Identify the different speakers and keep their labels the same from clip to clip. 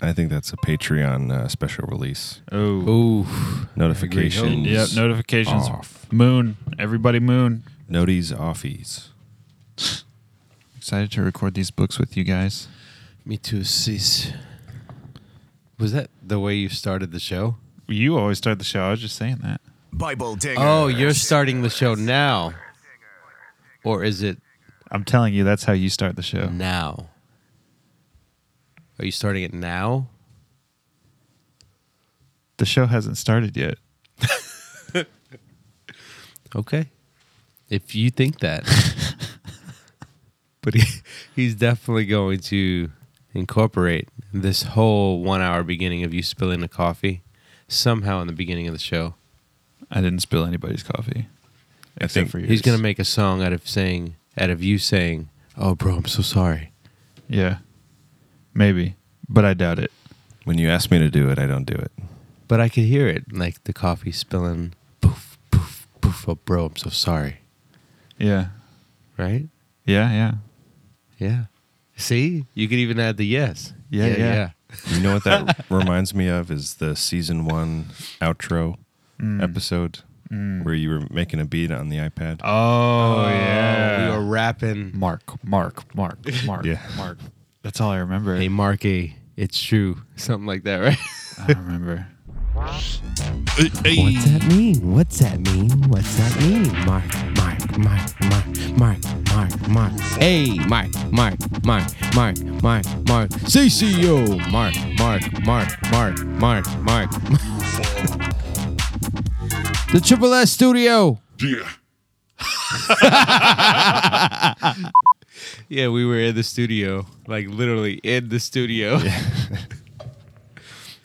Speaker 1: I think that's a Patreon uh, special release.
Speaker 2: Oh,
Speaker 3: Ooh.
Speaker 1: Notifications.
Speaker 2: yep. Notifications.
Speaker 3: Off.
Speaker 2: Moon. Everybody, moon.
Speaker 1: Noties offies.
Speaker 2: Excited to record these books with you guys.
Speaker 3: Me too, sis. Was that the way you started the show?
Speaker 2: You always start the show. I was just saying that.
Speaker 4: Bible Dinger.
Speaker 3: Oh, you're starting the show now. Or is it
Speaker 2: I'm telling you, that's how you start the show.
Speaker 3: now? Are you starting it now?
Speaker 2: The show hasn't started yet.
Speaker 3: Okay. If you think that. but he, he's definitely going to incorporate this whole one hour beginning of you spilling the coffee somehow in the beginning of the show.
Speaker 2: I didn't spill anybody's coffee.
Speaker 1: I
Speaker 2: Except
Speaker 1: think
Speaker 2: for yours.
Speaker 3: He's going to make a song out of saying, out of you saying, oh, bro, I'm so sorry.
Speaker 2: Yeah. Maybe. But I doubt it.
Speaker 1: when you ask me to do it, I don't do it.
Speaker 3: But I could hear it, like the coffee spilling, poof, poof, poof. Oh, bro, I'm so sorry.
Speaker 2: Yeah.
Speaker 3: Right?
Speaker 2: Yeah, yeah.
Speaker 3: Yeah. See, you could even add the yes.
Speaker 2: Yeah, yeah.
Speaker 1: You know what that reminds me of is the season one outro
Speaker 2: Mm.
Speaker 1: episode where you were making a beat on the iPad.
Speaker 2: Oh,
Speaker 3: We were rapping.
Speaker 2: Mark, Mark, Mark, Mark,
Speaker 1: Yeah.
Speaker 2: Mark. That's all I remember.
Speaker 3: Hey, Marky, it's true. Something like that, right?
Speaker 2: I don't remember.
Speaker 3: What's that mean? What's that mean? What's that mean? Mark, Mark, Mark, Mark, Mark, Mark, Mark. Hey, Mark, Mark, Mark, Mark, Mark, Mark. CCO, Mark, Mark, Mark, Mark, Mark, Mark. the Triple S Studio. Yeah. yeah, we were in the studio, like literally in the studio.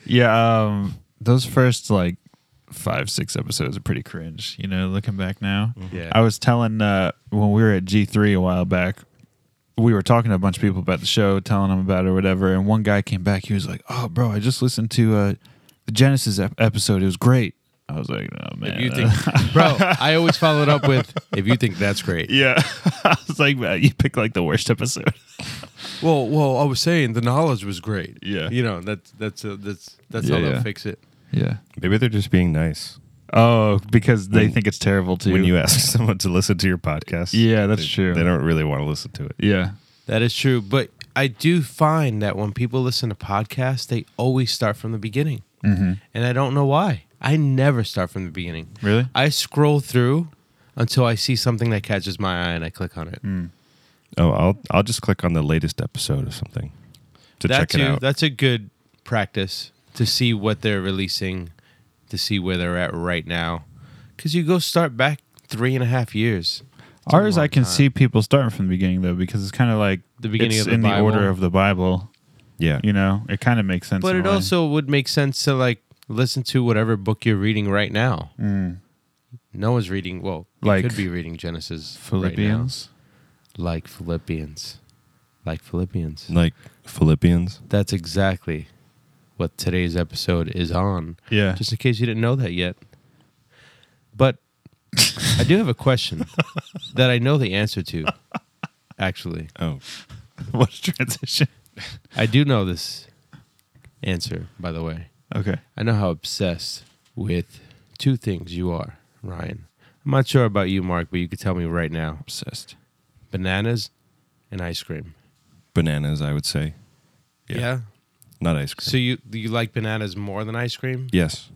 Speaker 2: Yeah, um, those first like five, six episodes are pretty cringe. You know, looking back now.
Speaker 3: Yeah.
Speaker 2: I was telling uh, when we were at G three a while back, we were talking to a bunch of people about the show, telling them about it or whatever. And one guy came back. He was like, "Oh, bro, I just listened to uh, the Genesis ep- episode. It was great." I was like, "Oh man."
Speaker 3: If you think, bro, I always follow it up with, if you think that's great.
Speaker 2: yeah, I was like, man, "You pick like the worst episode."
Speaker 3: Well, well, I was saying the knowledge was great.
Speaker 2: Yeah.
Speaker 3: you know that's that's a, that's that's
Speaker 2: Yeah,
Speaker 3: how they'll
Speaker 2: yeah.
Speaker 3: fix it.
Speaker 2: yeah.
Speaker 1: Maybe they're just being nice
Speaker 2: Oh, because they think it's terrible too.
Speaker 1: when you ask someone to listen to your podcast.
Speaker 2: Yeah, that's
Speaker 1: they-
Speaker 2: true.
Speaker 1: They don't really want to listen to it.
Speaker 2: yeah.
Speaker 3: That is true, but I do find that when people listen to podcasts, they always start from the beginning, mm-hmm. and I don't know why. I never start from the beginning.
Speaker 2: Really?
Speaker 3: I scroll through until I see something that catches my eye and I click on it.
Speaker 1: Oh, I'll I'll just click on the latest episode of something to
Speaker 3: that
Speaker 1: check
Speaker 3: too,
Speaker 1: it out.
Speaker 3: That's a good practice to see what they're releasing, to see where they're at right now, because you go start back three and a half years. It's a
Speaker 2: Ours, I
Speaker 3: long
Speaker 2: can
Speaker 3: time.
Speaker 2: see people starting from the beginning though, because it's kind of like
Speaker 3: The beginning
Speaker 2: it's
Speaker 3: of the
Speaker 2: in the
Speaker 3: Bible.
Speaker 2: order of the Bible.
Speaker 1: yeah.
Speaker 2: You know, it kind of makes sense.
Speaker 3: But
Speaker 2: in a
Speaker 3: it
Speaker 2: way.
Speaker 3: also would make sense to like listen to whatever book you're reading right now.
Speaker 2: Mm.
Speaker 3: No one's reading. Well, like
Speaker 2: Like
Speaker 3: could be reading Genesis,
Speaker 2: Philippians.
Speaker 3: right now. like Philippians, like Philippians.
Speaker 1: Like Philippians.
Speaker 3: That's exactly what today's episode is on.
Speaker 2: Yeah.
Speaker 3: Just in case you didn't know that yet. But I do have a question that I know the answer to. Actually,
Speaker 1: Oh,
Speaker 2: what a transition.
Speaker 3: I do know this answer. By the way.
Speaker 2: Okay.
Speaker 3: I know how obsessed with two things you are, Ryan. I'm not sure about you, Mark, but you could tell me right now.
Speaker 2: Obsessed.
Speaker 3: Bananas and ice cream.
Speaker 1: bananas. I would say Yeah. not ice cream.
Speaker 3: So you you like bananas more than ice cream?
Speaker 1: yes.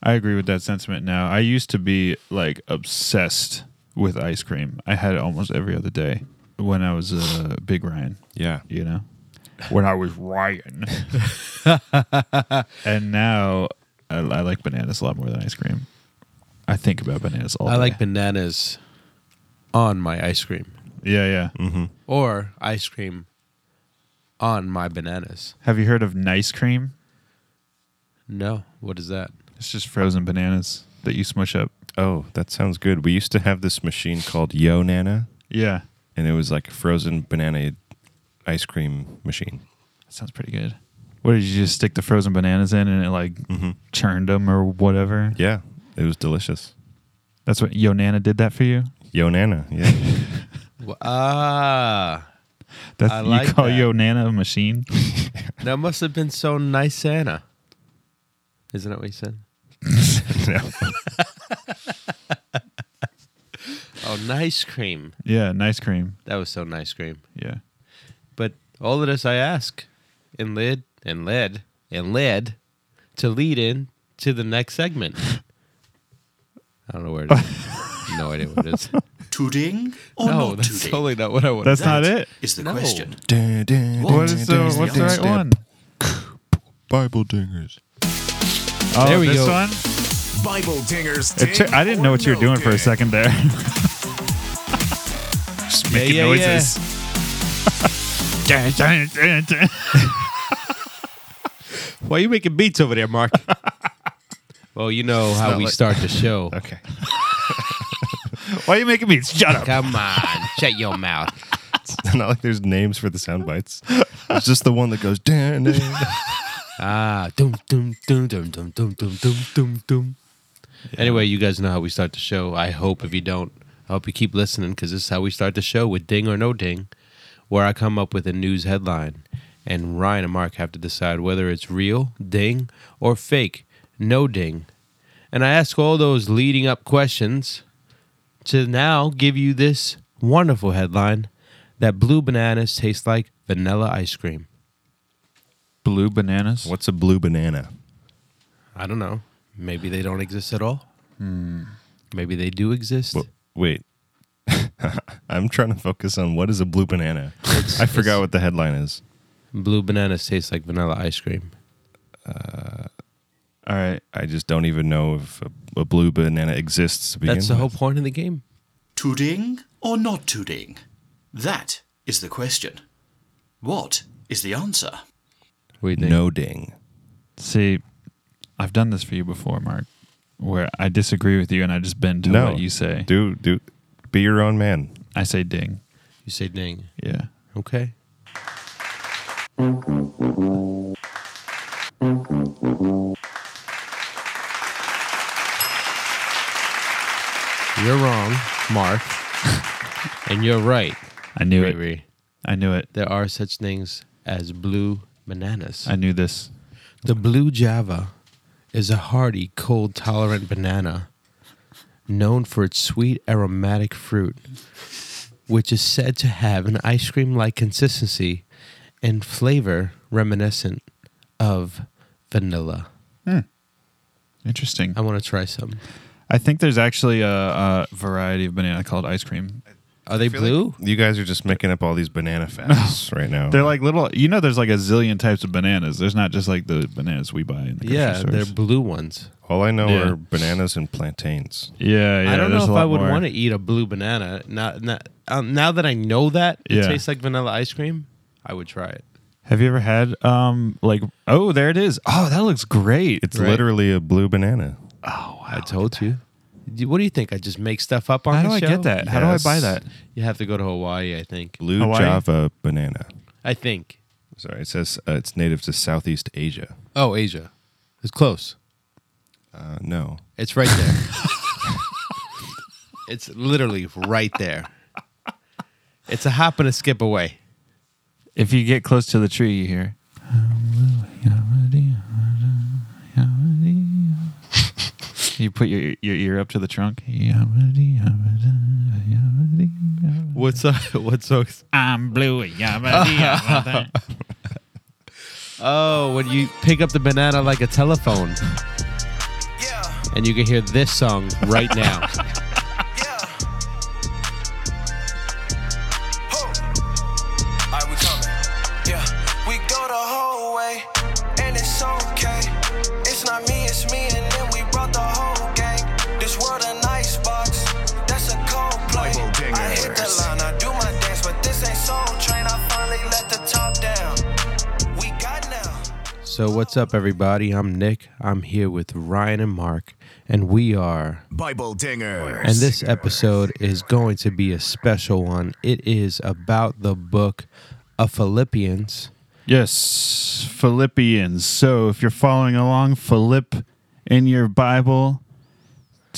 Speaker 2: I agree with that sentiment now. I used to be like obsessed with ice cream. I had it almost every other day when I was a uh, big Ryan,
Speaker 1: Yeah.
Speaker 2: you know? When I was Ryan. and now I, I like bananas a lot more than ice cream. I think about bananas all
Speaker 3: I
Speaker 2: day.
Speaker 3: like bananas on my ice cream
Speaker 2: Yeah, yeah.
Speaker 3: Mm-hmm. or ice cream on my bananas.
Speaker 2: Have you heard of nice cream?
Speaker 3: No, what is that?
Speaker 2: It's just frozen bananas that you smush up.
Speaker 1: Oh, that sounds good. We used to have this machine called Yo Nana,
Speaker 2: Yeah.
Speaker 1: and it was like a frozen banana ice cream machine.
Speaker 2: That sounds pretty good. What did you just stick the frozen bananas in and it like churned them or whatever?
Speaker 1: Yeah, it was delicious.
Speaker 2: That's what Yo Nana did that for you?
Speaker 1: Yo Nana. Yeah.
Speaker 3: Wh- Ah,
Speaker 2: That's,
Speaker 3: I
Speaker 2: you
Speaker 3: like
Speaker 2: call
Speaker 3: that.
Speaker 2: Yo Nana a machine?
Speaker 3: That must have been so nice, Santa. Isn't that what you said? Oh, nice cream.
Speaker 2: yeah, nice cream.
Speaker 3: That was so nice cream.
Speaker 2: Yeah.
Speaker 3: But all of this I ask, and led, and led, and led to lead in to the next segment. I don't know where it is. no idea what it is.
Speaker 5: Tooting
Speaker 2: Oh,
Speaker 5: or
Speaker 3: No,
Speaker 5: not
Speaker 3: that's
Speaker 5: tooting?
Speaker 3: totally not what I want.
Speaker 2: That's not it.
Speaker 5: Is the
Speaker 3: No.
Speaker 5: question.
Speaker 1: Dun, dun, dun,
Speaker 2: What is the,
Speaker 1: dun, dun,
Speaker 2: what's the
Speaker 1: dun,
Speaker 2: right
Speaker 1: dun.
Speaker 2: one?
Speaker 1: Bible dingers.
Speaker 2: Oh,
Speaker 3: There we
Speaker 2: this
Speaker 3: go.
Speaker 2: one?
Speaker 5: Bible dingers.
Speaker 2: It took- I didn't know what you were doing for a second there. Just making
Speaker 3: yeah, yeah.
Speaker 2: noises. Dun, dun, dun, dun.
Speaker 3: Why are you making beats over there, Mark? well, you know how we start the show.
Speaker 1: Okay.
Speaker 2: Why are you making me shut up?
Speaker 3: Come on, shut your mouth.
Speaker 1: not like there's names for the sound bites. It's just the one that goes dun, dun.
Speaker 3: Ah, dum dum dum dum dum dum dum dum dum dum. Anyway, you guys know how we start the show. I hope if you don't, I hope you keep listening because this is how we start the show with ding or no ding, where I come up with a news headline, and Ryan and Mark have to decide whether it's real ding or fake no ding, and I ask all those leading up questions to now give you this wonderful headline that blue bananas taste like vanilla ice cream.
Speaker 2: Blue bananas.
Speaker 1: What's a blue banana?
Speaker 3: I don't know. Maybe they don't exist at all. Maybe they do exist.
Speaker 1: Wha- wait. I'm trying to focus on what is a blue banana. I forgot what the headline is.
Speaker 3: Blue bananas taste like vanilla ice cream.
Speaker 2: All right.
Speaker 1: I just don't even know if a, a blue banana exists to begin
Speaker 3: That's the
Speaker 1: with.
Speaker 3: whole point of the game.
Speaker 5: Tooting or not tooting? That is the question. What is the answer?
Speaker 3: What do you think?
Speaker 1: No ding.
Speaker 2: See, I've done this for you before, Mark, where I disagree with you and I just bend to
Speaker 1: No.
Speaker 2: what you say.
Speaker 1: Do do be your own man.
Speaker 2: I say ding.
Speaker 3: You say ding.
Speaker 2: Yeah.
Speaker 3: Okay. You're wrong, Mark. and you're right,
Speaker 2: I knew it.
Speaker 3: Riri.
Speaker 2: I knew it.
Speaker 3: There are such things as blue bananas.
Speaker 2: I knew this.
Speaker 3: The blue java is a hardy, cold tolerant banana known for its sweet aromatic fruit, which is said to have an ice cream like consistency and flavor reminiscent of vanilla.
Speaker 2: Interesting.
Speaker 3: I want to try some.
Speaker 2: I think there's actually a, a variety of banana called ice cream.
Speaker 3: Are they blue?
Speaker 1: You guys are just making up all these banana facts right now.
Speaker 2: They're like little, you know, there's like a zillion types of bananas. There's not just like the bananas we buy in the grocery
Speaker 3: yeah,
Speaker 2: stores.
Speaker 3: they're blue ones.
Speaker 1: all I know
Speaker 2: Yeah.
Speaker 1: are bananas and plantains.
Speaker 2: Yeah, yeah.
Speaker 3: I don't know
Speaker 2: there's
Speaker 3: if
Speaker 2: a
Speaker 3: I
Speaker 2: lot
Speaker 3: would
Speaker 2: more.
Speaker 3: want to eat a blue banana. Not, not, um, now that I know that it
Speaker 2: Yeah.
Speaker 3: tastes like vanilla ice cream, I would try it.
Speaker 2: Have you ever had um like oh there it is oh that looks great
Speaker 1: It's literally a blue banana.
Speaker 3: I told you. Do- What do you think? I just make stuff up on
Speaker 2: how
Speaker 3: the
Speaker 2: do I
Speaker 3: show?
Speaker 2: get that how do I buy
Speaker 1: Yes.
Speaker 2: that
Speaker 3: You have to go to Hawaii, I think.
Speaker 1: Blue
Speaker 2: Hawaii?
Speaker 1: Java banana.
Speaker 3: I think.
Speaker 1: Sorry, it says uh, it's native to Southeast Asia.
Speaker 3: Oh, Asia. It's close.
Speaker 1: Uh, no,
Speaker 3: It's right there. it's literally right there. It's a hop and a skip away.
Speaker 2: if you get close to the tree you hear you put your your ear up to the trunk
Speaker 3: What's uh, what's so?
Speaker 2: I'm blue yamadi, yamadi.
Speaker 3: Oh, when you pick up the banana like a telephone,
Speaker 6: Yeah,
Speaker 3: and you can hear this song right now.
Speaker 6: yeah. Ho. Alright, we coming. Yeah. We go the whole way, and it's okay. It's not me, it's me, and then we brought the whole gang. This world a nice box, that's a cold play. I hit the line, I do my dance, but this ain't Soul Train. I finally let the top down. We got now.
Speaker 3: So what's up, everybody? I'm Nick. I'm here with Ryan and Mark, and we are
Speaker 5: Bible dingers.
Speaker 3: And this episode is going to be a special one. It is about the book of Philippians.
Speaker 2: yes Philippians so if you're following along Philip in your Bible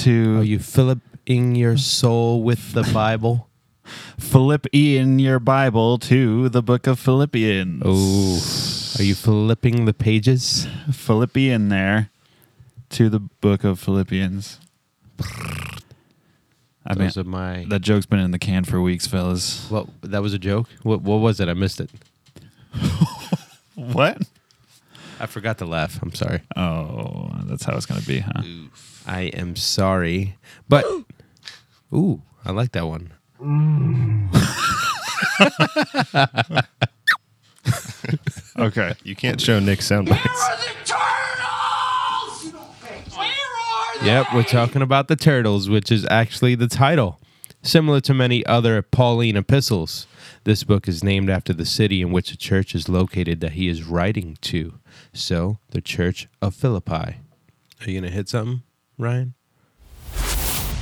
Speaker 2: to Oh,
Speaker 3: Are you Philip in your soul with the Bible?
Speaker 2: Flip in your Bible to the book of Philippians.
Speaker 3: Are you flipping the pages?
Speaker 2: Philippian there to the book of Philippians. I mean,
Speaker 3: Those are my.
Speaker 2: that joke's been in the can for weeks, fellas.
Speaker 3: what? That was a joke. What? What was it? I missed it.
Speaker 2: What?
Speaker 3: I forgot to laugh. I'm sorry.
Speaker 2: Oh, that's how it's going to be, huh?
Speaker 3: I am sorry. But ooh, I like that one.
Speaker 2: Okay.
Speaker 1: You can't show Nick sound bites.
Speaker 3: Yep, we're talking about the turtles, which is actually the title. Similar to many other Pauline epistles, this book is named after the city in which the church is located that he is writing to. So, the Church of Philippi. Are you going to hit something, Ryan?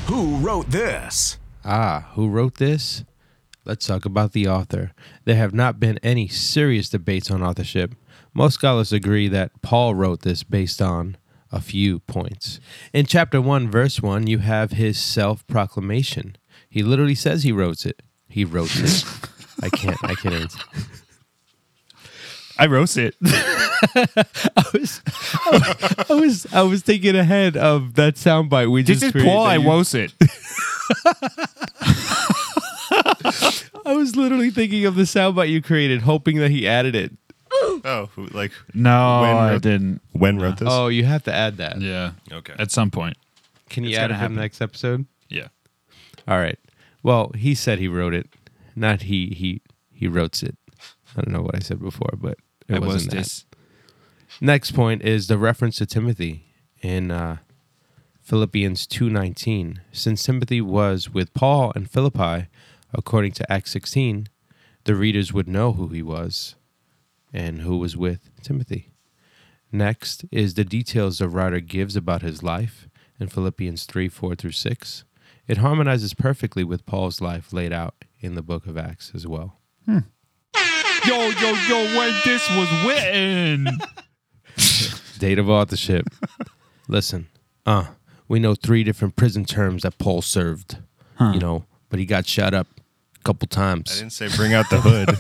Speaker 4: Who wrote this?
Speaker 3: Ah, who wrote this? Let's talk about the author. There have not been any serious debates on authorship. Most scholars agree that Paul wrote this based on a few points. In chapter 1, verse 1, you have his self proclamation. He literally says he wrote it. He wrote it. I can't, I can't. answer.
Speaker 2: I roast it.
Speaker 3: I was, I was, I was thinking ahead of that soundbite we just
Speaker 2: This is
Speaker 3: created
Speaker 2: Paul.
Speaker 3: that
Speaker 2: I
Speaker 3: you-
Speaker 2: roast it.
Speaker 3: I was literally thinking of the soundbite you created, hoping that he added it.
Speaker 1: Oh, who- like
Speaker 2: No,
Speaker 1: When
Speaker 2: I
Speaker 1: wrote-
Speaker 2: didn't.
Speaker 1: when wrote this?
Speaker 3: Oh, you have to add that.
Speaker 2: Yeah.
Speaker 1: Okay.
Speaker 2: At some point.
Speaker 3: Can you
Speaker 2: It's
Speaker 3: add
Speaker 2: gotta
Speaker 3: it for the
Speaker 2: happen.
Speaker 3: next episode?
Speaker 2: Yeah.
Speaker 3: All right. Well, he said he wrote it, not he he he wrote it. I don't know what I said before, but it
Speaker 2: I
Speaker 3: wasn't
Speaker 2: roast
Speaker 3: that.
Speaker 2: this.
Speaker 3: Next point is the reference to Timothy in uh, Philippians two nineteen. Since Timothy was with Paul and Philippi, according to Acts sixteen, the readers would know who he was and who was with Timothy. Next is the details the writer gives about his life in Philippians 3 4 through 6. It harmonizes perfectly with Paul's life laid out in the book of Acts as well.
Speaker 2: Yo, yo, yo, when this was written.
Speaker 3: Date of authorship. Listen, uh, we know three different prison terms that Paul served, you know, but he got shut up a couple
Speaker 1: I
Speaker 3: times.
Speaker 1: didn't say bring out the hood.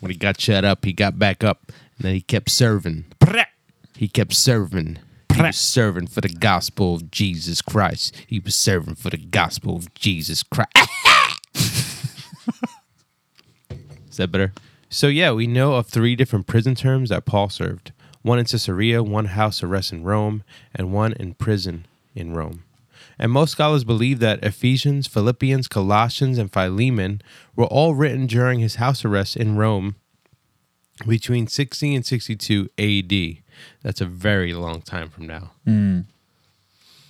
Speaker 3: When he got shut up, he got back up and then he kept serving. He kept serving. He was serving for the gospel of Jesus Christ. He was serving for the gospel of Jesus Christ. Is that better? So yeah, we know of three different prison terms that Paul served: one in Caesarea, one house arrest in Rome, and one in prison in Rome. And most scholars believe that Ephesians, Philippians, Colossians, and Philemon were all written during his house arrest in Rome between 60 and 62 AD. That's a very long time from now.
Speaker 2: Hmm.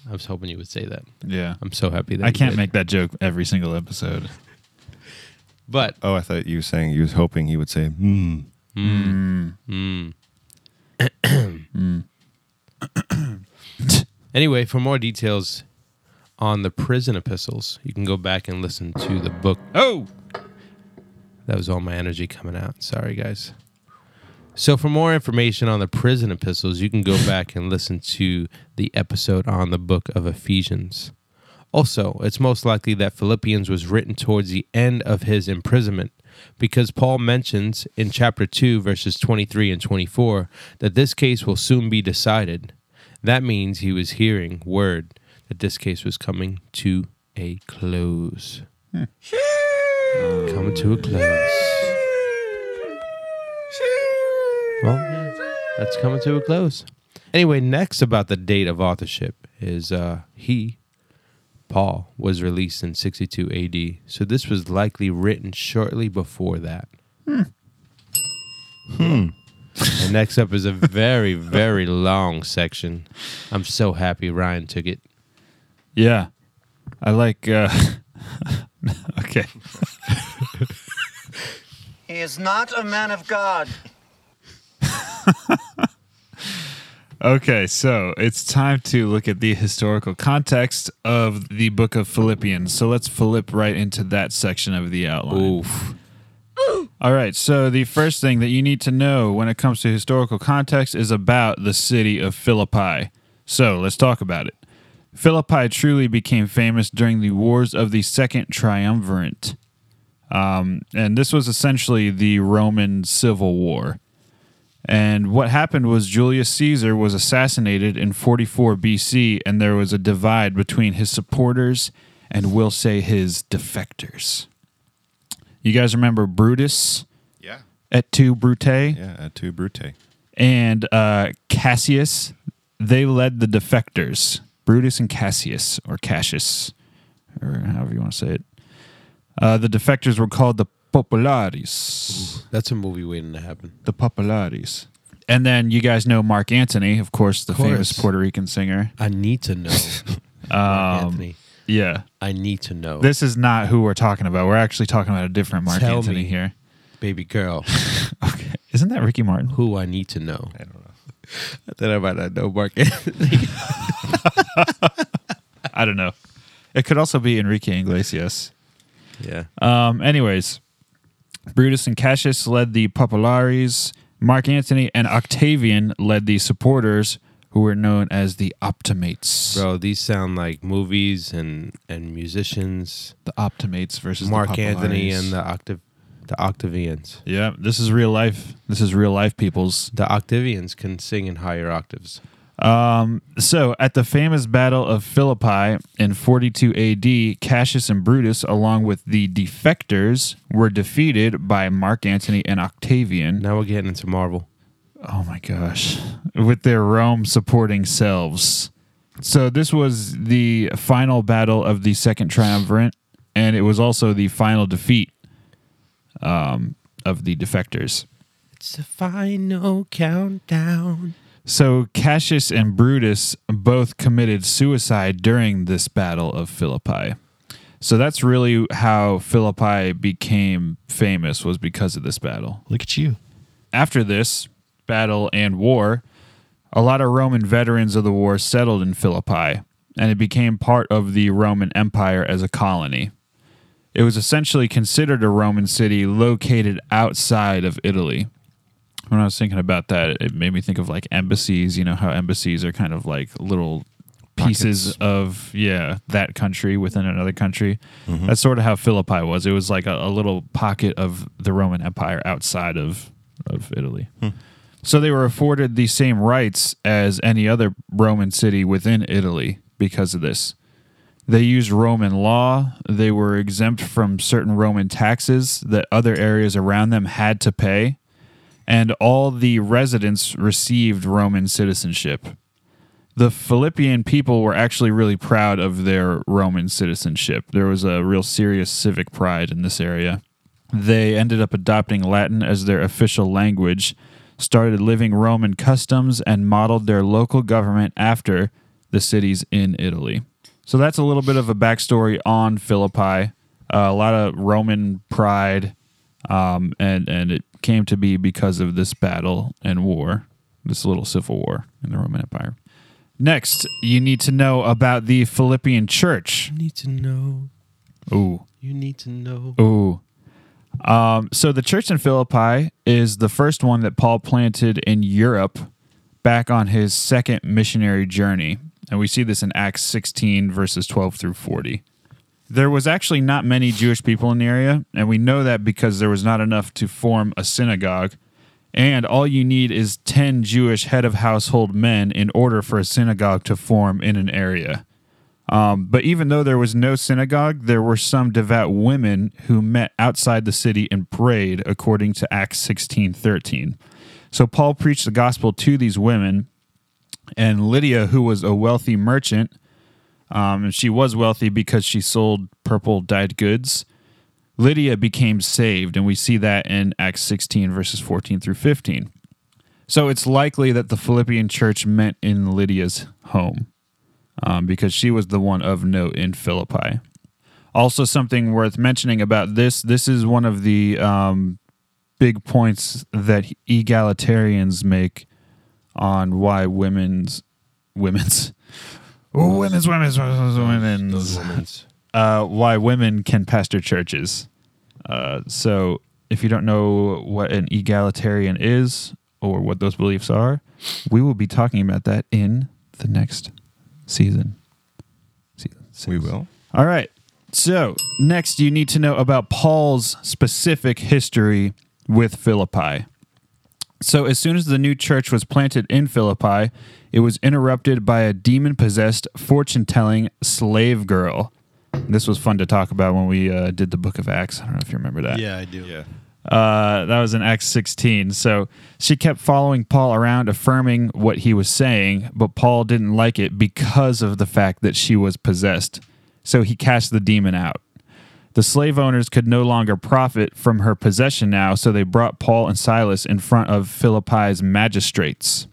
Speaker 3: I was hoping you would say that.
Speaker 2: Yeah.
Speaker 3: I'm so happy that
Speaker 2: I
Speaker 3: you
Speaker 2: can't
Speaker 3: did.
Speaker 2: make that joke every single episode.
Speaker 3: But
Speaker 1: oh, I thought you were saying you was hoping he would say, hmm.
Speaker 3: Anyway, for more details on the prison epistles, you can go back and listen to the book. Oh! That was all my energy coming out. Sorry, guys. So, for more information on the prison epistles, you can go back and listen to the episode on the book of Ephesians. Also, it's most likely that Philippians was written towards the end of his imprisonment because Paul mentions in chapter 2, verses 23 and 24, that this case will soon be decided. That means he was hearing word that this case was coming to a close. Coming to a close. Well, that's coming to a close. Anyway, next about the date of authorship is uh, he Paul was released in 62 AD, so this was likely written shortly before that. Hmm. and next up is a very, very long section. I'm so happy Ryan took it.
Speaker 2: Yeah. I like uh Okay.
Speaker 7: He is not a man of God.
Speaker 2: Okay, so it's time to look at the historical context of the book of Philippians. So let's flip right into that section of the outline.
Speaker 3: Oof.
Speaker 2: All right, so the first thing that you need to know when it comes to historical context is about the city of Philippi. So let's talk about it. Philippi truly became famous during the wars of the Second Triumvirate. Um, and this was essentially the Roman Civil War. And what happened was Julius Caesar was assassinated in 44 BC, and there was a divide between his supporters and, we'll say, his defectors. You guys remember Brutus
Speaker 1: Yeah.
Speaker 2: et tu, Brute?
Speaker 1: Yeah, at two brute.
Speaker 2: and uh, Cassius, they led the defectors. Brutus and Cassius, or Cassius, or however you want to say it. Uh, the defectors were called the Populares.
Speaker 3: That's a movie waiting to happen.
Speaker 2: The Populares. And then you guys know Mark Antony, of course, the famous
Speaker 3: course.
Speaker 2: Puerto Rican singer.
Speaker 3: I need to know. Mark Anthony,
Speaker 2: Yeah.
Speaker 3: I need to know.
Speaker 2: Um, This is not who we're talking about. We're actually talking about a different Mark
Speaker 3: Tell
Speaker 2: Antony
Speaker 3: me.
Speaker 2: here.
Speaker 3: baby girl,
Speaker 2: Okay. Isn't that Ricky Martin?
Speaker 3: who I need to know. I don't know. Then I might not know Mark.
Speaker 2: I don't know. It could also be Enrique Iglesias.
Speaker 3: yeah.
Speaker 2: Um, anyways, Brutus and Cassius led the populares. Mark Antony and Octavian led the supporters, who were known as the Optimates.
Speaker 3: Bro, these sound like movies and and musicians.
Speaker 2: The Optimates versus the
Speaker 3: Mark Anthony
Speaker 2: populares.
Speaker 3: and the octave, the Octavians.
Speaker 2: yeah, this is real life. This is real life, peoples.
Speaker 3: The Octavians can sing in higher octaves.
Speaker 2: So, at the famous Battle of Philippi in 42 AD, Cassius and Brutus, along with the defectors, were defeated by Mark Antony and Octavian.
Speaker 3: Now we're getting into Marvel.
Speaker 2: Oh my gosh. With their Rome supporting selves. So this was the final battle of the second triumvirate, and it was also the final defeat um, of the defectors.
Speaker 3: It's the final countdown.
Speaker 2: So Cassius and Brutus both committed suicide during this battle of Philippi. So that's really how Philippi became famous was because of this battle.
Speaker 8: Look at you.
Speaker 2: After this battle and war, a lot of Roman veterans of the war settled in Philippi, and it became part of the Roman Empire as a colony. It was essentially considered a Roman city located outside of Italy. When I was thinking about that, it made me think of like embassies, you know, how embassies are kind of like little pieces of yeah that country within another country that's sort of how philippi was it was like a, a little pocket of the roman empire outside of of italy so they were afforded the same rights as any other Roman city within Italy because of this. They used Roman law. They were exempt from certain Roman taxes that other areas around them had to pay. And all the residents received Roman citizenship. The Philippian people were actually really proud of their Roman citizenship. There was a real serious civic pride in this area they ended up adopting Latin as their official language, started living Roman customs, and modeled their local government after the cities in Italy. So that's a little bit of a backstory on Philippi. Uh, a lot of Roman pride, um, and and it came to be because of this battle and war, this little civil war in the Roman Empire. Next, you need to know about the Philippian Church.
Speaker 3: You need to know.
Speaker 2: Ooh.
Speaker 3: You need to know.
Speaker 2: Ooh. Um, so the church in Philippi is the first one that Paul planted in Europe back on his second missionary journey. And we see this in Acts 16, verses 12 through 40. There was actually not many Jewish people in the area, and we know that because there was not enough to form a synagogue. And all you need is 10 Jewish head of household men in order for a synagogue to form in an area. But even though there was no synagogue, there were some devout women who met outside the city and prayed, according to Acts sixteen thirteen. So Paul preached the gospel to these women, and Lydia, who was a wealthy merchant, um, and she was wealthy because she sold purple dyed goods, Lydia became saved, and we see that in Acts 16, verses 14 through 15. So it's likely that the Philippian church met in Lydia's home um, because she was the one of note in Philippi. Also, something worth mentioning about this this is one of the um, big points that egalitarians make on why women's women's women's women's women's, women's uh, why women can pastor churches. Uh, so, if you don't know what an egalitarian is or what those beliefs are, we will be talking about that in the next season. season six.
Speaker 1: We will.
Speaker 2: All right. So, next, you need to know about Paul's specific history with Philippi. So, as soon as the new church was planted in Philippi, it was interrupted by a demon possessed, fortune telling slave girl. This was fun to talk about when we uh, did the book of Acts. I don't know if you remember that.
Speaker 3: Yeah, I do.
Speaker 1: Yeah.
Speaker 2: Uh, that was in Acts 16. So she kept following Paul around, affirming what he was saying, but Paul didn't like it because of the fact that she was possessed. So he cast the demon out. The slave owners could no longer profit from her possession now, so they brought Paul and Silas in front of Philippi's magistrates.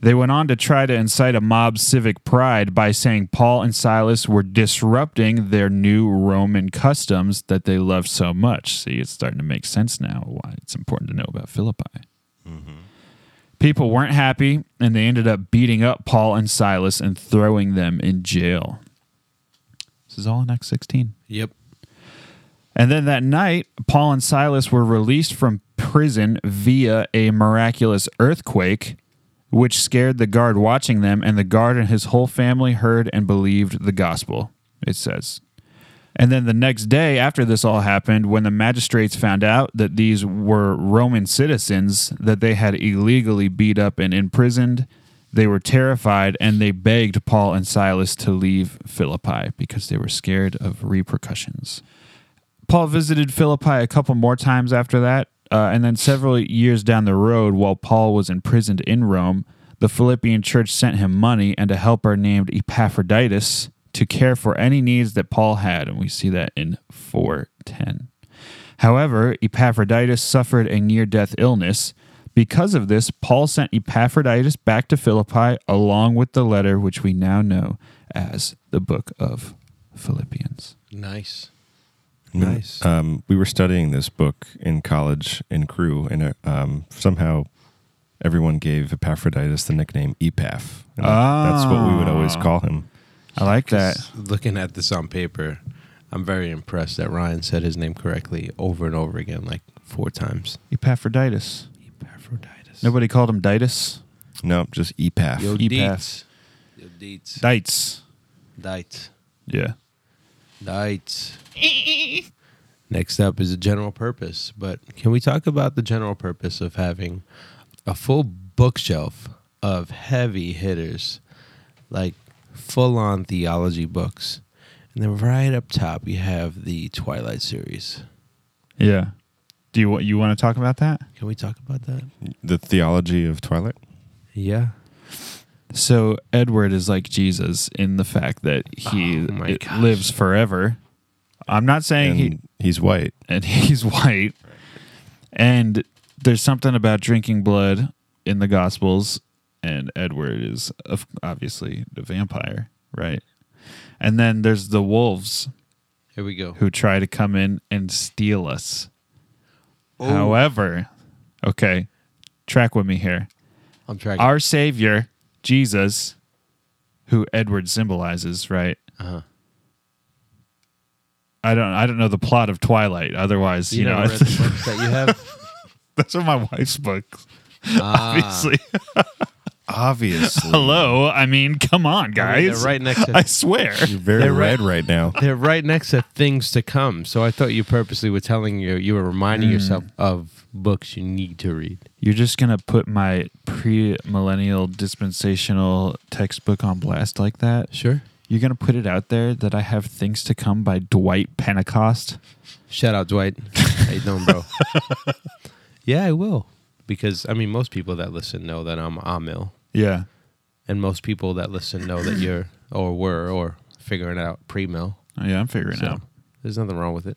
Speaker 2: They went on to try to incite a mob civic pride by saying Paul and Silas were disrupting their new Roman customs that they loved so much. See, it's starting to make sense now why it's important to know about Philippi. People weren't happy, and they ended up beating up Paul and Silas and throwing them in jail. This is all in Acts 16.
Speaker 3: Yep.
Speaker 2: And then that night, Paul and Silas were released from prison via a miraculous earthquake, which scared the guard watching them, and the guard and his whole family heard and believed the gospel, it says. And then the next day, after this all happened, when the magistrates found out that these were Roman citizens that they had illegally beat up and imprisoned, they were terrified and they begged Paul and Silas to leave Philippi because they were scared of repercussions. Paul visited Philippi a couple more times after that, uh, and then several years down the road, while Paul was imprisoned in Rome, the Philippian church sent him money and a helper named Epaphroditus to care for any needs that Paul had, and we see that in 410. However, Epaphroditus suffered a near death illness. Because of this, Paul sent Epaphroditus back to Philippi along with the letter which we now know as the book of Philippians.
Speaker 3: Nice.
Speaker 1: Nice. Um, we were studying this book in college in crew, and uh, um, somehow everyone gave Epaphroditus the nickname Epaph. And That's what we would
Speaker 3: Ah.
Speaker 1: always call him.
Speaker 2: I like that.
Speaker 3: Looking at this on paper, I'm very impressed that Ryan said his name correctly over and over again, like four times.
Speaker 2: Epaphroditus.
Speaker 3: Epaphroditus.
Speaker 2: Nobody called him Ditus.
Speaker 1: No, just Epaph.
Speaker 3: Yo,
Speaker 2: Epath.
Speaker 3: Dites. Yo, Dites.
Speaker 2: Dites.
Speaker 3: Dites.
Speaker 2: Yeah.
Speaker 3: Dites. Next up is the general purpose. But can we talk about the general purpose of having a full bookshelf of heavy hitters, like full on theology books? And then right up top, you have the Twilight series.
Speaker 2: Yeah. Do you you want to talk about that?
Speaker 3: Can we talk about that?
Speaker 1: The theology of Twilight.
Speaker 3: Yeah.
Speaker 2: So Edward is like Jesus in the fact that he
Speaker 3: Oh my
Speaker 2: it
Speaker 3: gosh.
Speaker 2: lives forever. I'm not saying
Speaker 1: And
Speaker 2: he
Speaker 1: he's white.
Speaker 2: and he's white. And there's something about drinking blood in the Gospels, and Edward is of- obviously the vampire, right? And then there's the wolves
Speaker 3: Here we go.
Speaker 2: who try to come in and steal us.
Speaker 3: Oh.
Speaker 2: However, okay, track with me here.
Speaker 3: I'm tracking.
Speaker 2: Our Savior, Jesus, who Edward symbolizes, right?
Speaker 3: Uh-huh.
Speaker 2: I don't I don't know the plot of Twilight. Otherwise, you,
Speaker 3: you
Speaker 2: know,
Speaker 3: never read the books that you have?
Speaker 2: those are my wife's books.
Speaker 3: Ah.
Speaker 2: Obviously.
Speaker 1: Obviously.
Speaker 2: Hello. I mean, come on,
Speaker 3: I mean,
Speaker 2: guys.
Speaker 3: they're right next to
Speaker 2: I swear.
Speaker 1: You're very
Speaker 3: They're
Speaker 1: red right now.
Speaker 3: They're right next to things to come. So I thought you purposely were telling you you were reminding yourself of books you need to read.
Speaker 2: You're just gonna put my pre-millennial dispensational textbook on blast like that?
Speaker 3: Sure.
Speaker 2: You're gonna put it out there that I have things to come by Dwight Pentecost.
Speaker 3: Shout out Dwight. How you doing, bro? yeah, I will. Because I mean most people that listen know that I'm Amil.
Speaker 2: Yeah.
Speaker 3: And most people that listen know that you're or were or figuring out pre mill.
Speaker 2: Oh, yeah, I'm figuring it out.
Speaker 3: There's nothing wrong with it.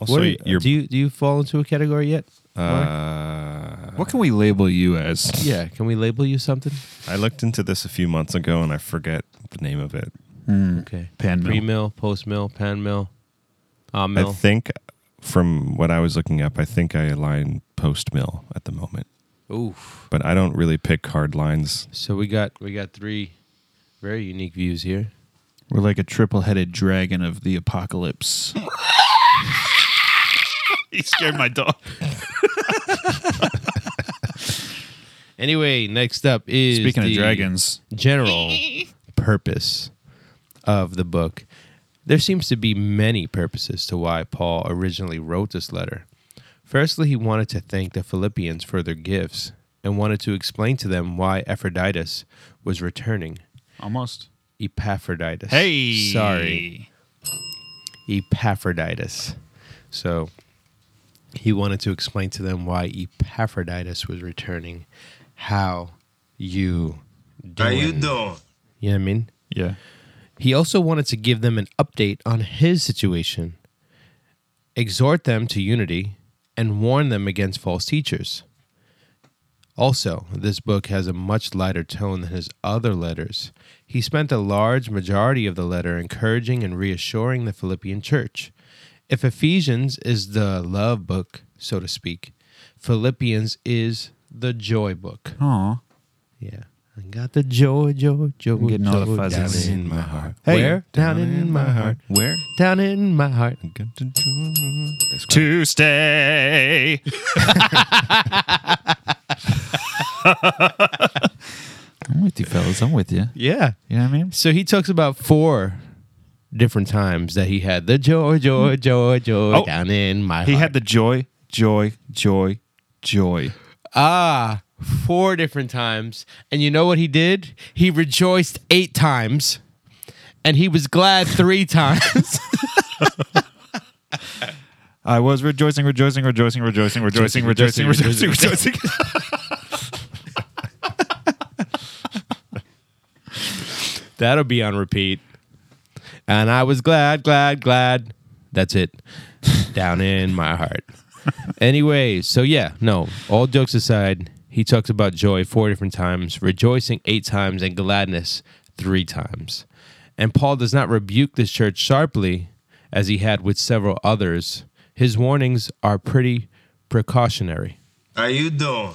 Speaker 1: Also,
Speaker 3: What are you-
Speaker 1: you're,
Speaker 3: do you do you fall into a category yet?
Speaker 1: uh,
Speaker 2: What can we label you as?
Speaker 3: Yeah. Can we label you something?
Speaker 1: I looked into this a few months ago and I forget the name of it.
Speaker 3: Okay.
Speaker 2: Hmm. Pan mill.
Speaker 3: Pre mill, post mill, pan mill, ah
Speaker 1: I
Speaker 3: mill.
Speaker 1: think from what I was looking up, I think I align post mill at the moment,
Speaker 3: Oof.
Speaker 1: but I don't really pick hard lines.
Speaker 3: So we got we got three very unique views here.
Speaker 2: We're like a triple-headed dragon of the apocalypse. he scared my dog.
Speaker 3: Anyway, next up is
Speaker 2: Speaking of
Speaker 3: the
Speaker 2: dragons,
Speaker 3: general purpose of the book. There seems to be many purposes to why Paul originally wrote this letter. Firstly, he wanted to thank the Philippians for their gifts and wanted to explain to them why Epaphroditus was returning.
Speaker 2: Almost.
Speaker 3: Epaphroditus.
Speaker 2: Hey.
Speaker 3: Sorry. Epaphroditus. So he wanted to explain to them why Epaphroditus was returning. How you doing? How you doing? You know what I mean?
Speaker 2: Yeah.
Speaker 3: He also wanted to give them an update on his situation, exhort them to unity, and warn them against false teachers. Also, this book has a much lighter tone than his other letters. He spent a large majority of the letter encouraging and reassuring the Philippian church. If Ephesians is the love book, so to speak, Philippians is the joy book.
Speaker 2: Aw.
Speaker 3: Yeah. I got the joy, joy, joy.
Speaker 2: I'm getting all the
Speaker 3: joy
Speaker 2: fuzzies.
Speaker 3: down in
Speaker 1: my heart.
Speaker 3: Hey. Where? Down in my heart.
Speaker 1: Where?
Speaker 3: Down in my heart.
Speaker 2: Tuesday. I'm with you, fellas. I'm with you.
Speaker 3: Yeah.
Speaker 2: You know what I mean?
Speaker 3: So he talks about four different times that he had the joy, joy, joy, joy
Speaker 2: Oh.
Speaker 3: down in my
Speaker 2: He
Speaker 3: heart.
Speaker 2: had the joy, joy, joy, joy.
Speaker 3: ah four different times. And you know what he did? He rejoiced eight times, and he was glad three times.
Speaker 2: I was rejoicing, rejoicing, rejoicing, rejoicing, rejoicing, rejoicing, rejoicing, rejoicing.
Speaker 3: That'll be on repeat. And I was glad, glad, glad. That's it. Down in my heart. anyway, so yeah, no, all jokes aside, he talks about joy four different times, rejoicing eight times, and gladness three times. And Paul does not rebuke this church sharply as he had with several others. His warnings are pretty precautionary.
Speaker 6: How you doing?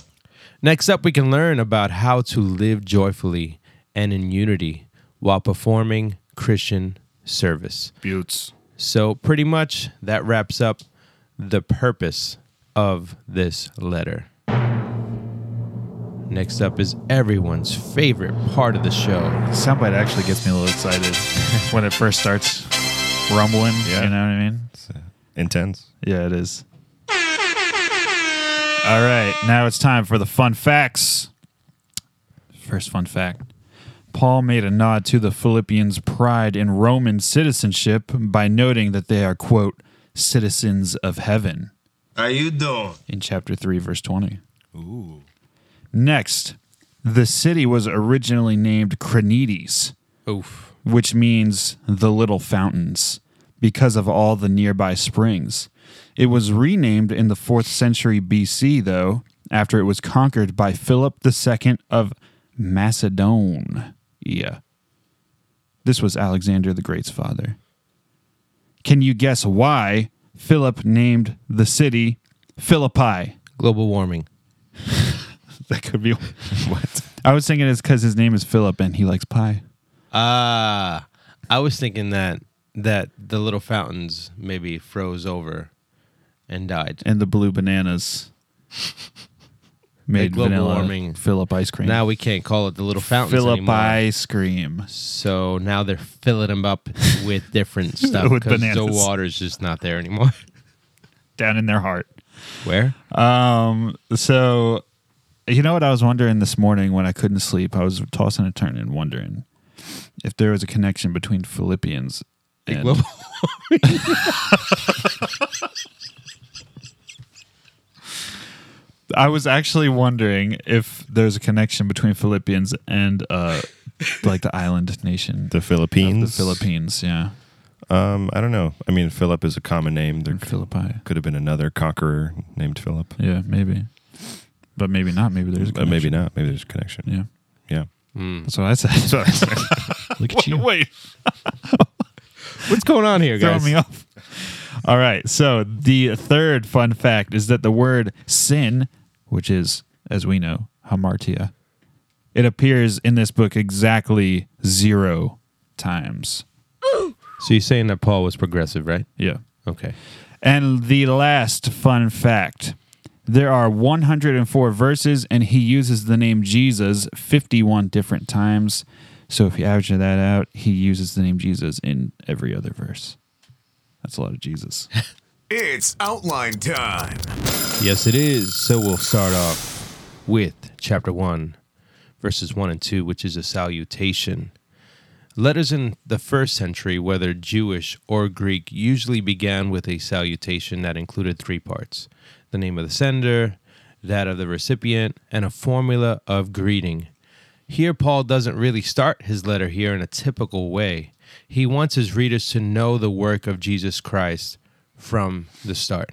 Speaker 3: Next up, we can learn about how to live joyfully and in unity while performing Christian service.
Speaker 2: Buttes.
Speaker 3: So, pretty much that wraps up the purpose of this letter. Next up is everyone's favorite part of the show.
Speaker 2: Soundbite actually gets me a little excited when it first starts rumbling.
Speaker 1: Yeah.
Speaker 2: You know what I mean?
Speaker 1: Intense.
Speaker 2: Yeah, it is. All right, now it's time for the fun facts. First fun fact Paul made a nod to the Philippians' pride in Roman citizenship by noting that they are, quote, citizens of heaven
Speaker 6: How you doing?
Speaker 2: in chapter 3, verse 20. Ooh. Next, the city was originally named Crenides,
Speaker 3: Oof.
Speaker 2: which means the little fountains, because of all the nearby springs. It was renamed in the 4th century BC, though, after it was conquered by Philip II of Macedon. Yeah. This was Alexander the Great's father. Can you guess why Philip named the city Philippi?
Speaker 3: Global warming.
Speaker 2: That could be what? I was thinking it's because his name is Philip and he likes pie.
Speaker 3: Ah, I was thinking that that the little fountains maybe froze over and died.
Speaker 2: and the blue bananas made
Speaker 3: global
Speaker 2: vanilla
Speaker 3: warming.
Speaker 2: Philip ice cream.
Speaker 3: Now we can't call it the little fountains
Speaker 2: Philip
Speaker 3: anymore.
Speaker 2: ice cream.
Speaker 3: So now they're filling them up with different stuff
Speaker 2: With
Speaker 3: because the
Speaker 2: bananas.
Speaker 3: water's just not there anymore.
Speaker 2: down in their heart.
Speaker 3: Where?
Speaker 2: Um, so you know what I was wondering this morning when I couldn't sleep? I was tossing and turning, wondering if there was a connection between Philippians and
Speaker 3: global
Speaker 2: I was actually wondering if there's a connection between Philippians and uh like the island nation.
Speaker 1: The
Speaker 2: of the
Speaker 1: Philippines.
Speaker 2: Philippines, yeah.
Speaker 1: Um, I don't know. I mean, Philip is a common name. There could,
Speaker 2: Philippi.
Speaker 1: could have been another conqueror named Philip,
Speaker 2: Yeah, maybe. But maybe not. Maybe there's a
Speaker 1: but maybe
Speaker 2: connection.
Speaker 1: not. Maybe there's a connection.
Speaker 2: Yeah.
Speaker 1: Yeah.
Speaker 2: That's what I said. Look at you. Wait,
Speaker 3: What's going on here,
Speaker 2: throw
Speaker 3: guys?
Speaker 2: me off. All right. So the third fun fact is that the word sin, which is, as we know, hamartia, it appears in this book exactly zero times.
Speaker 3: So you're saying that Paul was progressive, right?
Speaker 2: Yeah.
Speaker 3: Okay.
Speaker 2: And the last fun fact there are 104 verses, and he uses the name Jesus 51 different times. So if you average that out, he uses the name Jesus in every other verse. That's a lot of Jesus.
Speaker 4: It's outline time.
Speaker 3: Yes, it is. So we'll start off with chapter 1, verses 1 and 2, which is a salutation. Letters in the first century, whether Jewish or Greek, usually began with a salutation that included three parts the name of the sender, that of the recipient, and a formula of greeting. Here, Paul doesn't really start his letter here in a typical way. He wants his readers to know the work of Jesus Christ from the start.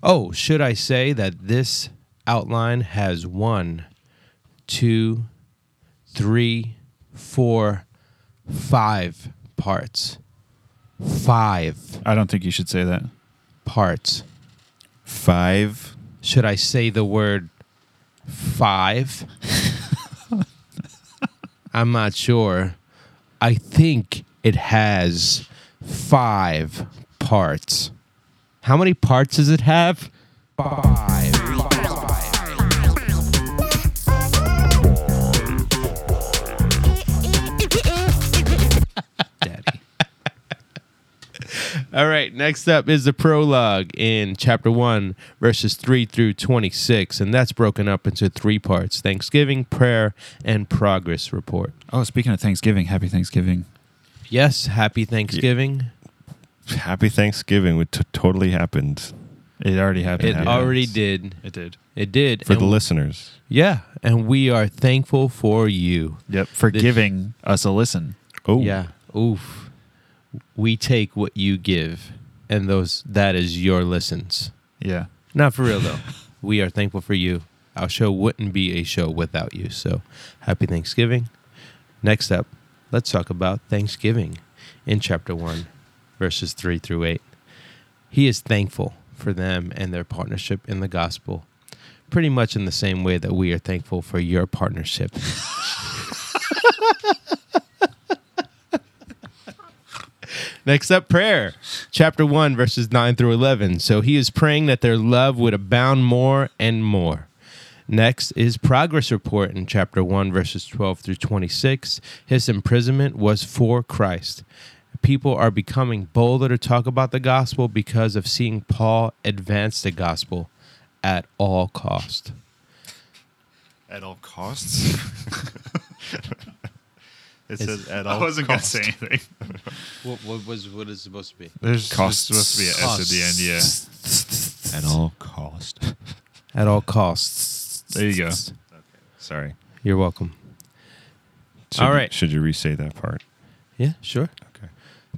Speaker 3: Oh, should I say that this outline has one, two, three, four, five parts. Five
Speaker 2: I don't think you should say that.
Speaker 3: parts.
Speaker 1: Five.
Speaker 3: Should I say the word five? I'm not sure. I think it has five parts. How many parts does it have? Five.
Speaker 2: Daddy.
Speaker 3: All right, next up is the prologue in chapter 1, verses 3 through 26, and that's broken up into three parts Thanksgiving, prayer, and progress report.
Speaker 2: Oh, speaking of Thanksgiving, happy Thanksgiving.
Speaker 3: Yes, happy Thanksgiving.
Speaker 1: Happy Thanksgiving, which t- totally happened
Speaker 2: It already happened.
Speaker 3: It
Speaker 1: happens.
Speaker 3: already did.
Speaker 2: It did.
Speaker 3: It did.
Speaker 1: for
Speaker 3: and
Speaker 1: the listeners.
Speaker 3: Yeah, and we are thankful for you.
Speaker 2: Yep. For giving us a listen.
Speaker 1: Oh,
Speaker 3: Yeah. Oof. We take what you give, and those that is your listens.
Speaker 2: Yeah.
Speaker 3: Not for real though. we are thankful for you. Our show wouldn't be a show without you. So happy Thanksgiving. Next up, let's talk about Thanksgiving in chapter 1, verses 3 through 8. He is thankful for them and their partnership in the gospel, pretty much in the same way that we are thankful for your partnership. Next up, prayer. Chapter 1, verses 9 through 11. So he is praying that their love would abound more and more. Next is progress report in chapter 1, verses 12 through 26. His imprisonment was for Christ. People are becoming bolder to talk about the gospel because of seeing Paul advance the gospel at all cost.
Speaker 1: At all costs. it says at all.
Speaker 2: anything.
Speaker 3: What, was what is supposed to be?
Speaker 2: There's
Speaker 1: Costs.
Speaker 2: supposed to be an S at the end. Yeah.
Speaker 1: At all cost.
Speaker 3: At all costs.
Speaker 2: There you go.
Speaker 1: Sorry.
Speaker 3: You're welcome.
Speaker 1: Should
Speaker 3: All
Speaker 1: you-
Speaker 3: right.
Speaker 1: should you re-say that part?
Speaker 3: Yeah, sure.
Speaker 1: Okay.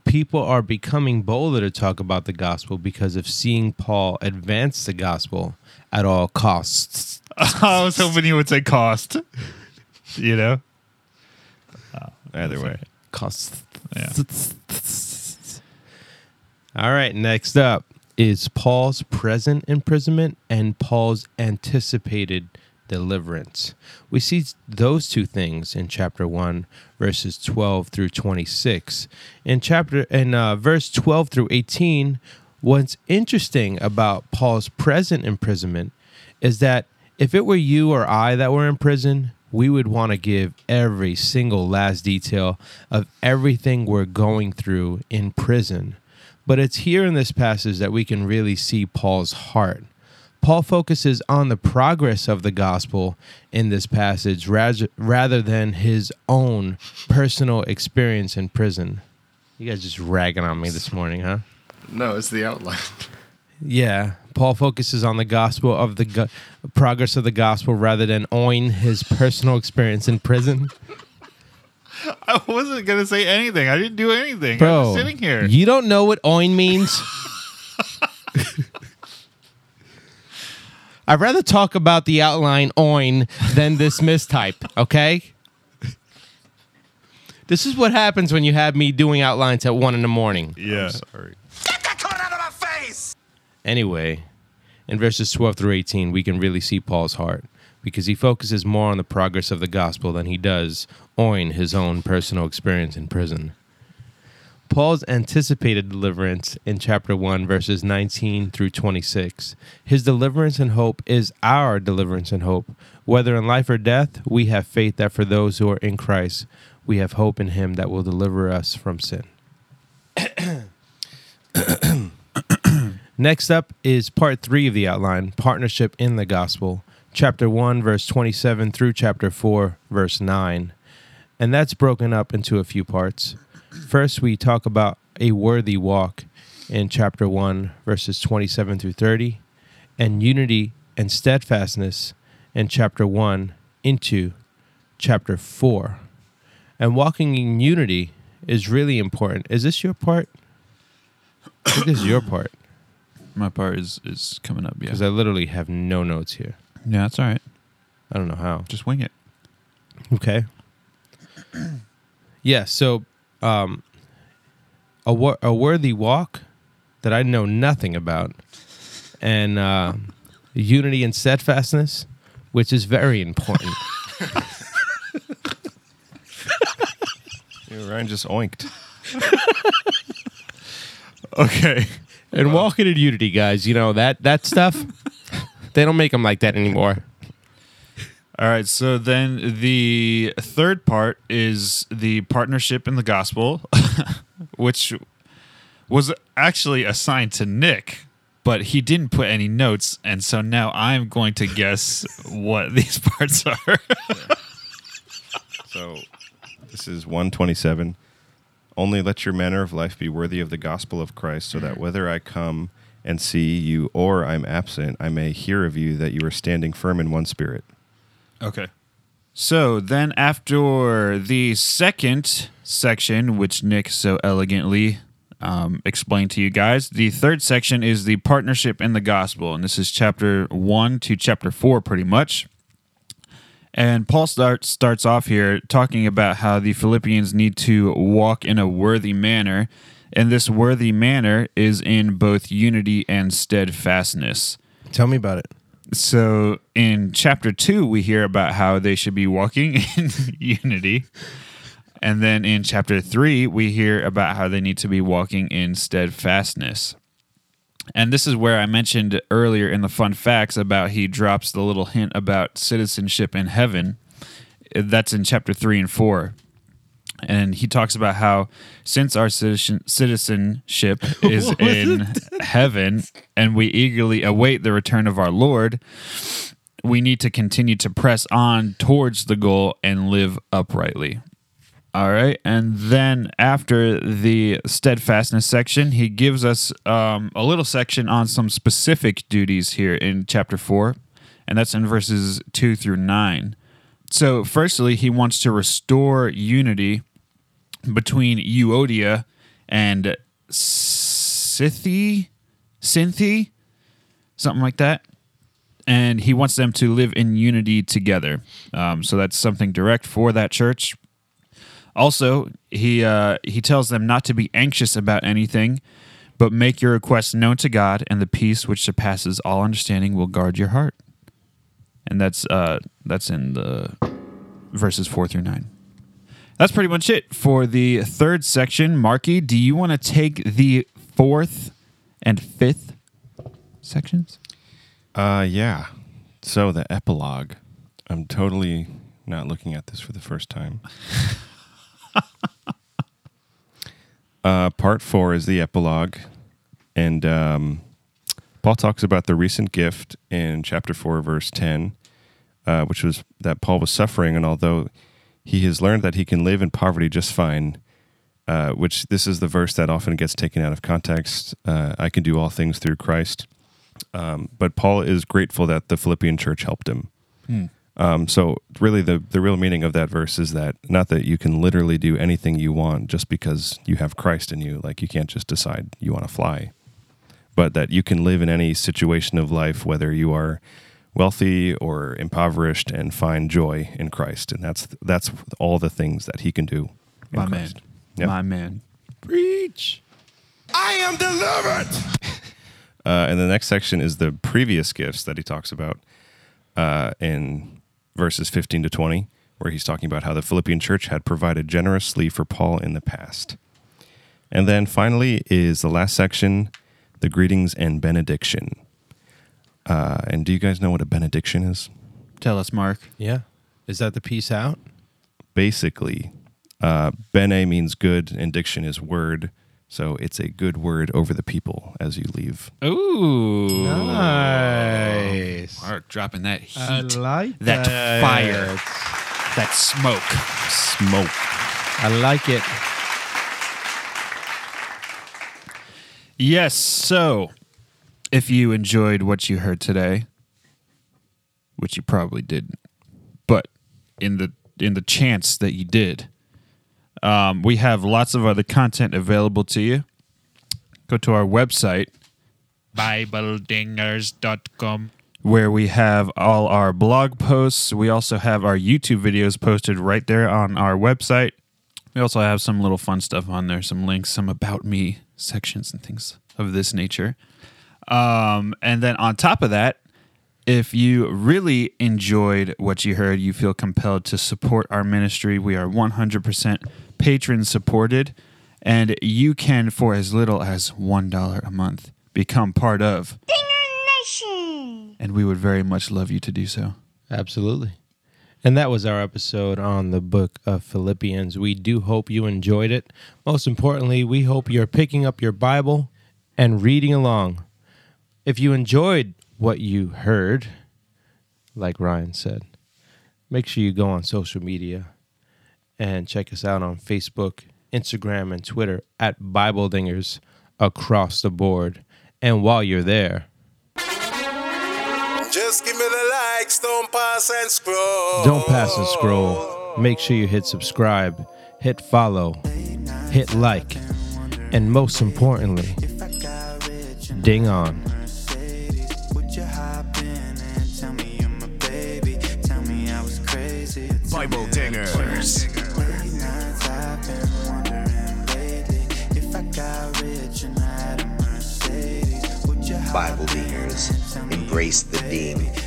Speaker 3: people are becoming bolder to talk about the gospel because of seeing Paul advance the gospel at all costs.
Speaker 2: I was hoping you would say cost. You know?
Speaker 1: Uh, Either way.
Speaker 3: Costs.
Speaker 2: Yeah.
Speaker 3: All right, next up is Paul's present imprisonment and Paul's anticipated deliverance. We see those two things in chapter 1 verses 12 through 26. In chapter in uh, verse 12 through 18, what's interesting about Paul's present imprisonment is that if it were you or I that were in prison, we would want to give every single last detail of everything we're going through in prison. But it's here in this passage that we can really see Paul's heart. Paul focuses on the progress of the gospel in this passage raz- rather than his own personal experience in prison. You guys just ragging on me this morning, huh?
Speaker 8: No, it's the outline.
Speaker 3: Yeah, Paul focuses on the gospel of the go- progress of the gospel rather than on his personal experience in prison.
Speaker 2: I wasn't gonna say anything. I didn't do anything.
Speaker 3: Bro, you don't know what oin means. I'd rather talk about the outline oin than this mistype, okay? This is what happens when you have me doing outlines at one in the morning.
Speaker 2: yeah.
Speaker 3: Anyway, in verses 12 through 18, we can really see Paul's heart because he focuses more on the progress of the gospel than he does on his own personal experience in prison. Paul's anticipated deliverance in chapter 1, verses 19 through 26. His deliverance and hope is our deliverance and hope. Whether in life or death, we have faith that for those who are in Christ, We have hope in him that will deliver us from sin. Next up is part three of the outline partnership in the gospel, chapter 1, verse 27 through chapter 4, verse 9. And that's broken up into a few parts. First, we talk about a worthy walk in chapter 1, verses 27 through 30, and unity and steadfastness in chapter 1 into chapter 4. And walking in unity is really important. Is this your part? I think this is your part
Speaker 2: My part is is coming up. Yeah,
Speaker 3: because I literally have no notes here.
Speaker 2: yeah, that's all right.
Speaker 3: I don't know how.
Speaker 2: Just wing it.
Speaker 3: Okay. yeah. So, um, a wor- a worthy walk that I know nothing about, and uh, unity and steadfastness, which is very important.
Speaker 1: Yeah, Ryan just oinked.
Speaker 2: Okay.
Speaker 3: and walking in unity, guys. You know that that stuff. they don't make them like that anymore.
Speaker 2: All right, so then the third part is the partnership in the gospel, which was actually assigned to Nick, but he didn't put any notes, and so now I'm going to guess what these parts are.
Speaker 1: So this is 127. Only let your manner of life be worthy of the gospel of Christ, so that whether I come and see you or I'm absent, I may hear of you that you are standing firm in one spirit.
Speaker 2: Okay. So then, after the second section, which Nick so elegantly um, explained to you guys, the third section is the partnership in the gospel. And this is chapter one to chapter four, pretty much. And Paul start, starts off here talking about how the Philippians need to walk in a worthy manner. And this worthy manner is in both unity and steadfastness.
Speaker 3: Tell me about it.
Speaker 2: So in chapter two, we hear about how they should be walking in unity. And then in chapter three, we hear about how they need to be walking in steadfastness. And this is where I mentioned earlier in the fun facts about he drops the little hint about citizenship in heaven. That's in chapter three and four. And he talks about how since our citizen, citizenship is in heaven and we eagerly await the return of our Lord, we need to continue to press on towards the goal and live uprightly. All right. And then after the steadfastness section, he gives us um, a little section on some specific duties here in chapter four, and that's in verses two through nine. So, firstly, he wants to restore unity between Euodia and Scythi, Synthi, something like that and he wants them to live in unity together. Um, so that's something direct for that church. Also, he uh, he tells them not to be anxious about anything, but make your requests known to God, and the peace which surpasses all understanding will guard your heart. And that's uh, that's in the verses four through nine. That's pretty much it for the third section. Marky, do you want to take the fourth and fifth sections?
Speaker 1: Uh, yeah. So the epilogue. I'm totally not looking at this for the first time. uh, part four is the epilogue, and um, Paul talks about the recent gift in chapter four, verse ten, uh, which was that Paul was suffering, and although he has learned that he can live in poverty just fine. Uh, which this is the verse that often gets taken out of context. Uh, I can do all things through Christ Um, but Paul is grateful that the Philippian church helped him. Um, so really, the the real meaning of that verse is that not that you can literally do anything you want just because you have Christ in you. Like you can't just decide you want to fly, but that you can live in any situation of life, whether you are wealthy or impoverished, and find joy in Christ. And that's that's all the things that he can do. in
Speaker 2: My man.
Speaker 1: Christ. Yep.
Speaker 2: My man.
Speaker 6: I am delivered.
Speaker 1: Uh, and the next section is the previous gifts that he talks about uh, in verses 15 to 20, where he's talking about how the Philippian church had provided generously for Paul in the past. And then finally is the last section, the greetings and benediction. Uh, and do you guys know what a benediction is?
Speaker 2: Tell us, Mark.
Speaker 3: Yeah. Is that the peace out?
Speaker 1: Basically, Uh, Bene means good, and diction is word. So it's a good word over the people as you leave.
Speaker 2: Ooh.
Speaker 3: Nice.
Speaker 2: Mark dropping that heat.
Speaker 3: I like
Speaker 2: that
Speaker 3: that.
Speaker 2: fire. Uh, That smoke.
Speaker 1: Smoke.
Speaker 3: I like it.
Speaker 2: Yes. So, if you enjoyed what you heard today, which you probably didn't, but in the in the chance that you did, um, we have lots of other content available to you. Go to our website, BibleDingers.com, where we have all our blog posts. We also have our YouTube videos posted right there on our website. We also have some little fun stuff on there, some links, some about me sections, and things of this nature. Um, and then on top of that, if you really enjoyed what you heard, you feel compelled to support our ministry. We are 100% patron supported, and you can, for as little as $1 a month, become part of. And we would very much love you to do so.
Speaker 3: Absolutely. And that was our episode on the book of Philippians. We do hope you enjoyed it. Most importantly, we hope you're picking up your Bible and reading along. If you enjoyed what you heard, like Ryan said, make sure you go on social media and check us out on Facebook, Instagram, and Twitter at Bible Dingers across the board. And while you're there,
Speaker 6: Just give me the likes, don't pass and scroll.
Speaker 3: Don't pass and scroll. Make sure you hit subscribe, hit follow, hit like, and most importantly, ding on.
Speaker 4: Bible Dingers.
Speaker 8: Bible dingers, embrace the ding.